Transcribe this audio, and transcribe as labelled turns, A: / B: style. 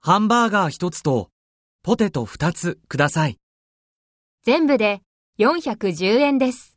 A: ハンバーガー一つとポテト二つください。
B: 全部で410円です。